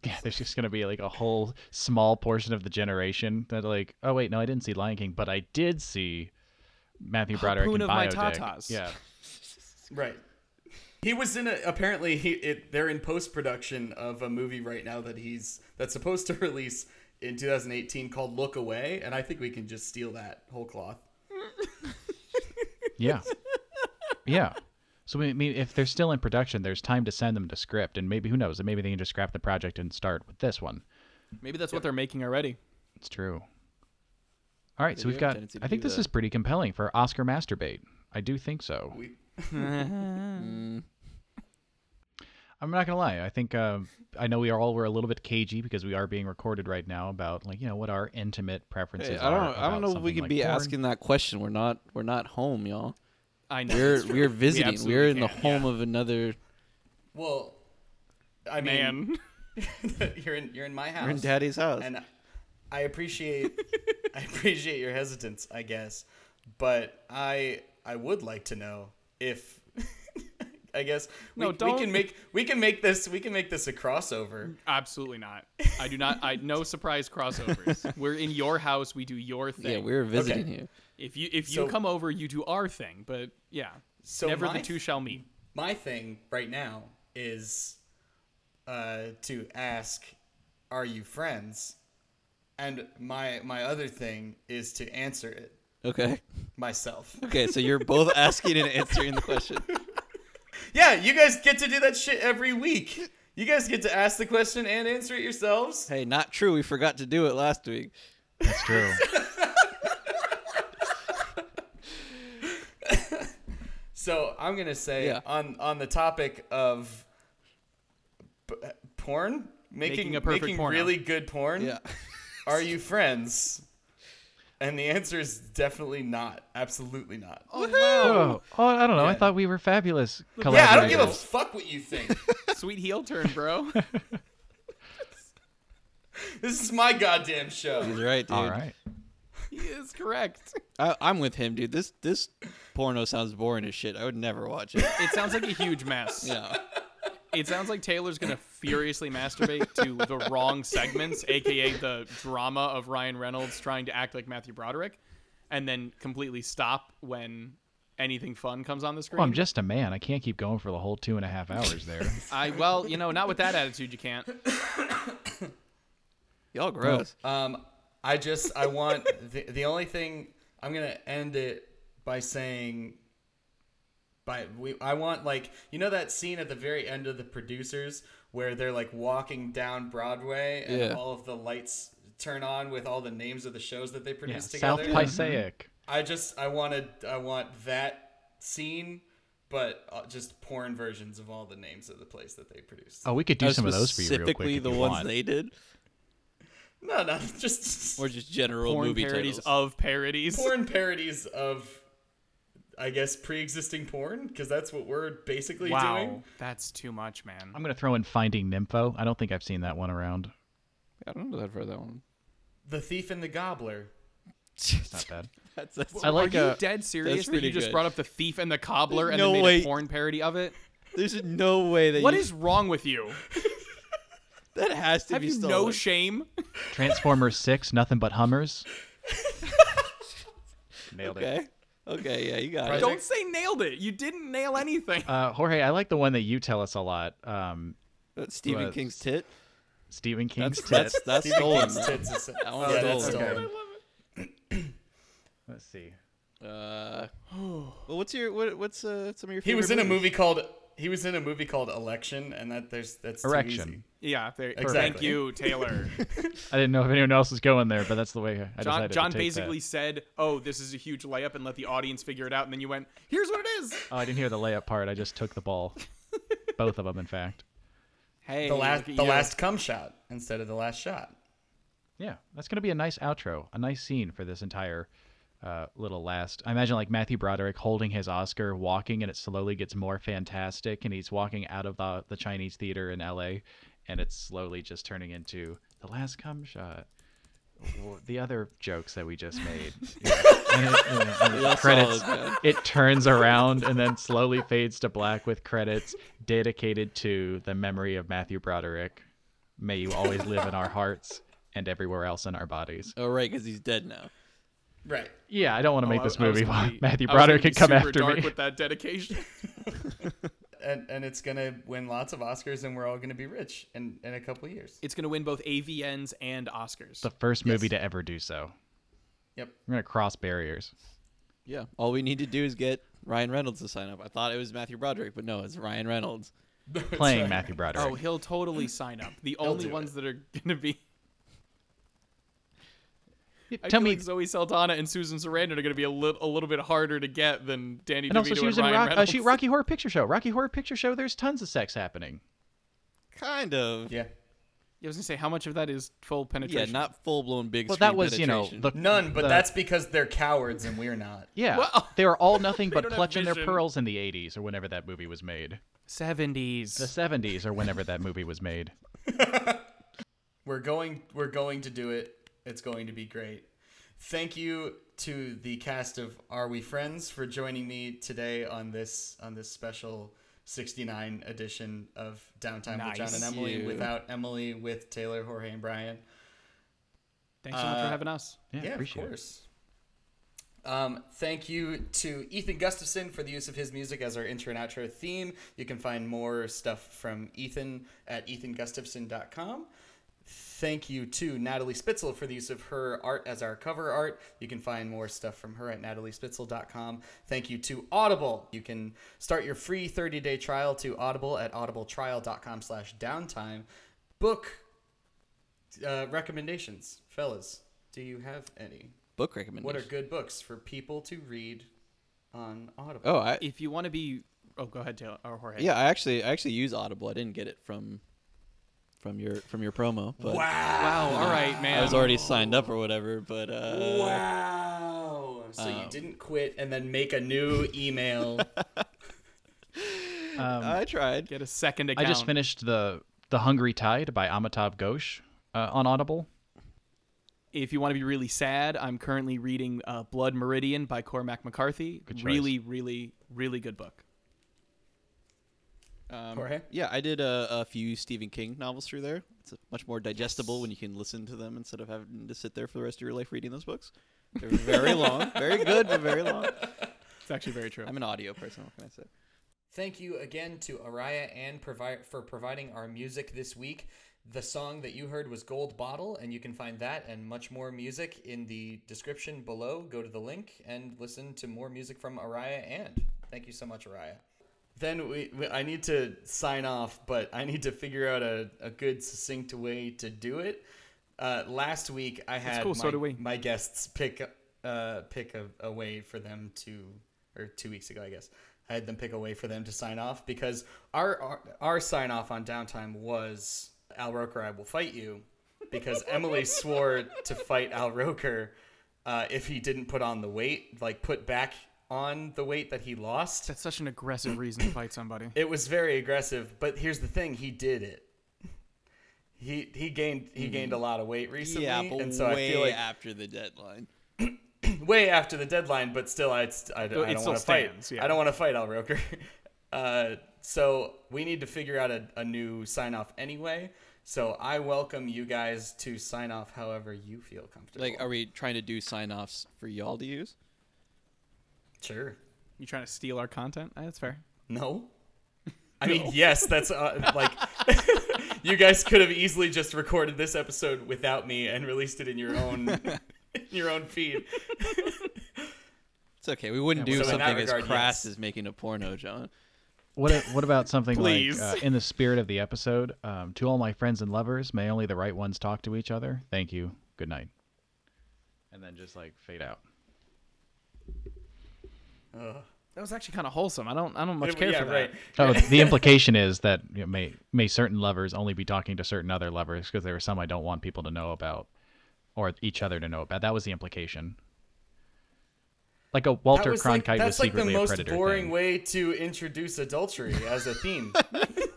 Yeah, there's just gonna be like a whole small portion of the generation that like, oh wait, no, I didn't see Lion King, but I did see Matthew Broderick Harpoon in of my Biodeg. tatas. Yeah, Right. He was in a apparently he it, they're in post production of a movie right now that he's that's supposed to release in 2018 called Look Away, and I think we can just steal that whole cloth. yeah, yeah. So I mean, if they're still in production, there's time to send them to script, and maybe who knows? Maybe they can just scrap the project and start with this one. Maybe that's what they're making already. It's true. All right, so do we've have got. a tendency to I think do this that. is pretty compelling for Oscar masturbate. I do think so. We I'm not gonna lie. I think um, I know we are all we're a little bit cagey because we are being recorded right now about like you know what our intimate preferences. Hey, I don't. are I about don't know if we something can like be porn. asking that question. We're not. We're not home, y'all. I know. We're that's true. we're visiting. absolutely We are in the can, home of another. well, I mean, man. you're in you're in my house. We're in Daddy's house. and I appreciate I appreciate your hesitance, I guess, but I I would like to know if I guess we, No, we don't. can make we can make this we can make this a crossover. Absolutely not. I do not. I no surprise crossovers. We're in your house. We do your thing. yeah, we're visiting Okay. here. If you if you So- come over, you do our thing. But yeah, So never my- the two shall meet. my thing right now is uh, to ask, "Are you friends?" And my my other thing is to answer it Okay. myself. Okay. So you're both asking and answering the question. yeah, you guys get to do that shit every week. You guys get to ask the question and answer it yourselves. Hey, not true. We forgot to do it last week. That's true. So I'm gonna say Yeah. on on the topic of p- porn, making Making a perfect making porno. really good porn. Yeah. Are you friends? And the answer is definitely not. Absolutely not. Oh wow! oh, oh, I don't know. I Yeah. thought we were fabulous yeah, I collaborators. don't give a fuck what you think. Sweet heel turn, bro. this is my goddamn show. He's right, dude. All right. he is correct. I, I'm with him, dude. This this porno sounds boring as shit. I would never watch it. It sounds like a huge mess. Yeah. It sounds like Taylor's gonna furiously masturbate to the wrong segments, aka the drama of Ryan Reynolds trying to act like Matthew Broderick, and then completely stop when anything fun comes on the screen. Well, I'm just a man. I can't keep going for the whole two and a half hours there. I well, you know, not with that attitude, you can't. Y'all gross. Um, I just I want the, the only thing I'm gonna end it by saying. By we, I want like you know that scene at the very end of the producers where they're like walking down Broadway and Yeah. all of the lights turn on with all the names of the shows that they Yeah, produce South together. Paisaic. I just I wanted I want that scene, but uh, just porn versions of all the names of the place that they produced. Oh, we could do Uh, some of those for you real quick. Specifically, if the you ones want. they did, No, no, just or just general Porn movie parodies titles. of parodies. porn parodies of, I guess, pre-existing porn because that's what we're basically wow, doing. that's too much, man. I'm gonna throw in Finding Nympho. I don't think I've seen that one around. I don't know that for that one. The thief and the gobbler. It's not bad. that's, that's I like. Are you uh, dead serious that pretty you just good. brought up the thief and the cobbler and No then made way. a porn parody of it? There's no way that What you- is wrong with you? that has to Have be you stolen. no shame? Transformers Six, nothing but Hummers. Nailed it. okay, okay, yeah, you got it. Don't say nailed it. You didn't nail anything. Uh, Jorge, I like the one that you tell us a lot. Um, That's Stephen What? King's tit. Stephen King's That's tit. that's that's stolen. King's man. tits is- one's yeah, that's stolen. stolen. Let's see. Uh, well, what's your what, what's uh, some of your? He Favorite was in a movies? movie called. He was in a movie called Election, and that there's that's too Erection. easy. yeah, there, thank Exactly. you, Taylor. I didn't know if anyone else was going there, but that's the way I John, decided John to take basically said, "Oh, this is a huge layup," and let the audience figure it out. And then you went, "Here's what it is." That. Oh, I didn't hear the layup part. I just took the ball. Both of them, in fact. Hey, The last look at the you. last cum shot instead of the last shot. Yeah, that's gonna be a nice outro, a nice scene for this entire uh, little last. I imagine like Matthew Broderick holding his Oscar, walking, and it slowly gets more fantastic, and he's walking out of the the Chinese theater in L.A., and it's slowly just turning into the last cum shot. w- the other jokes that we just made. Yeah. And it- and it- and it That's credits. solid, man. It turns around and then slowly fades to black with credits dedicated to the memory of Matthew Broderick. May you always live in our hearts and everywhere else in our bodies. Oh, right, because he's dead now. Right. Yeah, I don't want to make Oh, I- this I was movie gonna while be- Matthew I was gonna Broderick be can come super after dark me. with that dedication. And and it's gonna win lots of Oscars, and we're all gonna be rich in in a couple of years. It's going to win both AVNs and Oscars. the first movie to ever do so. Yep. We're gonna cross barriers. Yeah. All we need to do is get Ryan Reynolds to sign up. I thought it was Matthew Broderick, but no, it's Ryan Reynolds. Playing Matthew Broderick. oh, he'll totally sign up. The only do ones that are going to be. I Tell feel me, like Zoe Saldana and Susan Sarandon are going to be a little a little bit harder to get than Danny and DeVito also she was in and Ryan Rock, uh, Reynolds. she, Rocky Horror Picture Show. Rocky Horror Picture Show. There's tons of sex happening. Kind of. Yeah, Yeah. I was going to say how much of that is full penetration. not full blown big. Well, that screen was you know penetration. the, None, but the- that's because they're cowards and we're not. yeah. Well, they were all nothing but don't have clutching their vision. pearls in the 80s or whenever that movie was made. seventies. The 70s or whenever that movie was made. We're going we're going to do it. It's going to be great. Thank you to the cast of Are We Friends for joining me today on this on this special 69 edition of Downtime with John Nice. and Emily You. without Emily with Taylor, Jorge and Brian. Thanks so much Uh, for having us. Yeah, Yeah, of appreciate it. course. Um, thank you to Ethan Gustafson for the use of his music as our intro and outro theme. You can find more stuff from Ethan at ethangustafson.com. Thank you to Natalie Spitzel for the use of her art as our cover art. You can find more stuff from her at nataliespitzl.com. Thank you to Audible. You can start your free 30-day trial to Audible at audibletrial.com slash downtime. Book uh, recommendations, fellas. Do you have any? book recommendation. What are good books for people to read on Audible? Oh, I If you want to be, oh, go ahead, Taylor or Jorge. yeah, I actually I actually use Audible. I didn't get it from from your from your promo, but Wow. All right, man. I was already signed up or whatever. But uh, Wow! So Um, you didn't quit and then make a new email. Um, I tried. Get a second I account. just finished the the Hungry Tide by Amitav Ghosh uh, on Audible. If you want to be really sad, I'm currently reading uh, Blood Meridian by Cormac McCarthy. Good choice. really, really, really good book. Um, Jorge? Yeah, I did a, a few Stephen King novels through there. It's uh, much more digestible when you can listen to them instead of having to sit there for the rest of your life reading those books. They're very long, very good, but very long. It's actually very true. I'm an audio person. What can I say? Thank you again to Araya and provi- for providing our music this week. The song that you heard was Gold Bottle, and you can find that and much more music in the description below. Go to the link and listen to more music from Araya and. Thank you so much, Araya. Then we, we, I need to sign off, but I need to figure out a, a good, succinct way to do it. Uh, last week, I had cool, my, so do we. my guests pick uh, pick a, a way for them to, or two weeks ago, I guess, I had them pick a way for them to sign off because our our, our sign off on downtime was Al Roker, I will fight you, because Emily swore to fight Al Roker uh, if he didn't put on the weight, like put back on the weight that he lost. That's such an aggressive reason to fight somebody. It was very aggressive, but here's the thing: he did it. He he gained he gained a lot of weight recently, Mm-hmm. yeah, but and so I way feel like after the deadline. way after the deadline. But still, I st- I, d- I it don't still want to fight. stands, yeah. I don't want to fight Al Roker. Uh, so we need to figure out a, a new sign off anyway. So I welcome you guys to sign off however you feel comfortable. Like, are we trying to do sign offs for y'all to use? sure. You trying to steal our content? Eh, That's fair. No. I mean, yes, that's uh, like you guys could have easily just recorded this episode without me and released it in your own in your own feed. It's okay. We wouldn't well, do so in that something regard, as crass yes. as making a porno, John. What a- what about something like Please. uh, in the spirit of the episode? Um, to all my friends and lovers, may only the right ones talk to each other. Thank you. Good night. And then just like fade out. That was actually kind of wholesome. I don't. I don't much Yeah, care for that. right. Oh, the implication is that you know, may may certain lovers only be talking to certain other lovers because there are some I don't want people to know about or each other to know about. That was the implication. Like a That Walter was like, Cronkite was that's like the secretly a most predator boring thing. way to introduce adultery as a theme.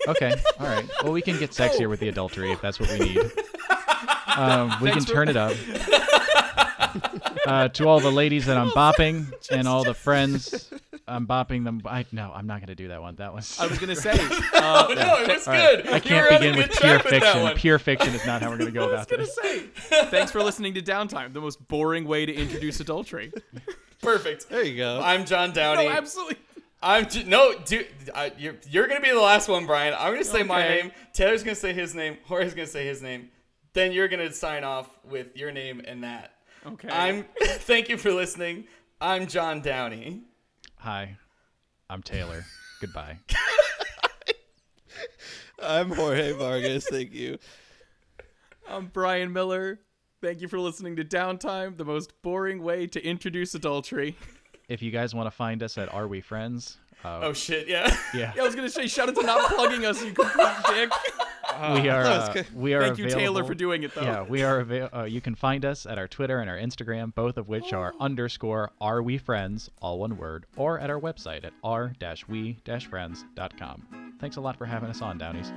Okay, all right. Well, we can get sexier with the adultery if that's what we need. Um, we can turn it up. Uh, to all the ladies that I'm bopping and all the friends, I'm bopping them. I no, I'm not gonna do that one. That one's. I was gonna say, uh, Oh, no, it was All right. good. I You can't were on a begin good with pure track that fiction. one. Pure fiction is not how we're gonna go about gonna this. say, thanks for listening to Downtime, the most boring way to introduce adultery. Perfect. There you go. I'm John Downey. No, Oh, absolutely. I'm j- no dude. I, you're you're gonna be the last one, Brian. I'm gonna say my Okay. name. Taylor's gonna say his name. Jorge's gonna say his name. Then you're gonna sign off with your name and that. Okay. I'm. thank you for listening. I'm John Downey. Hi, I'm Taylor. Goodbye. I'm Jorge Vargas. Thank you. I'm Brian Miller. Thank you for listening to Downtime, the most boring way to introduce adultery. If you guys want to find us at Are We Friends? Uh, Oh shit, yeah. yeah, Yeah, I was gonna say, shout out to not plugging us, you complete dick. we are. that was uh, good. we are. Thank you, Taylor, available- for doing it though. Yeah, we are. Avail- uh, you can find us at our Twitter and our Instagram, both of which are underscore Are We Friends, all one word, or at our website at r-we-friends.com. Thanks a lot for having us on, Downies.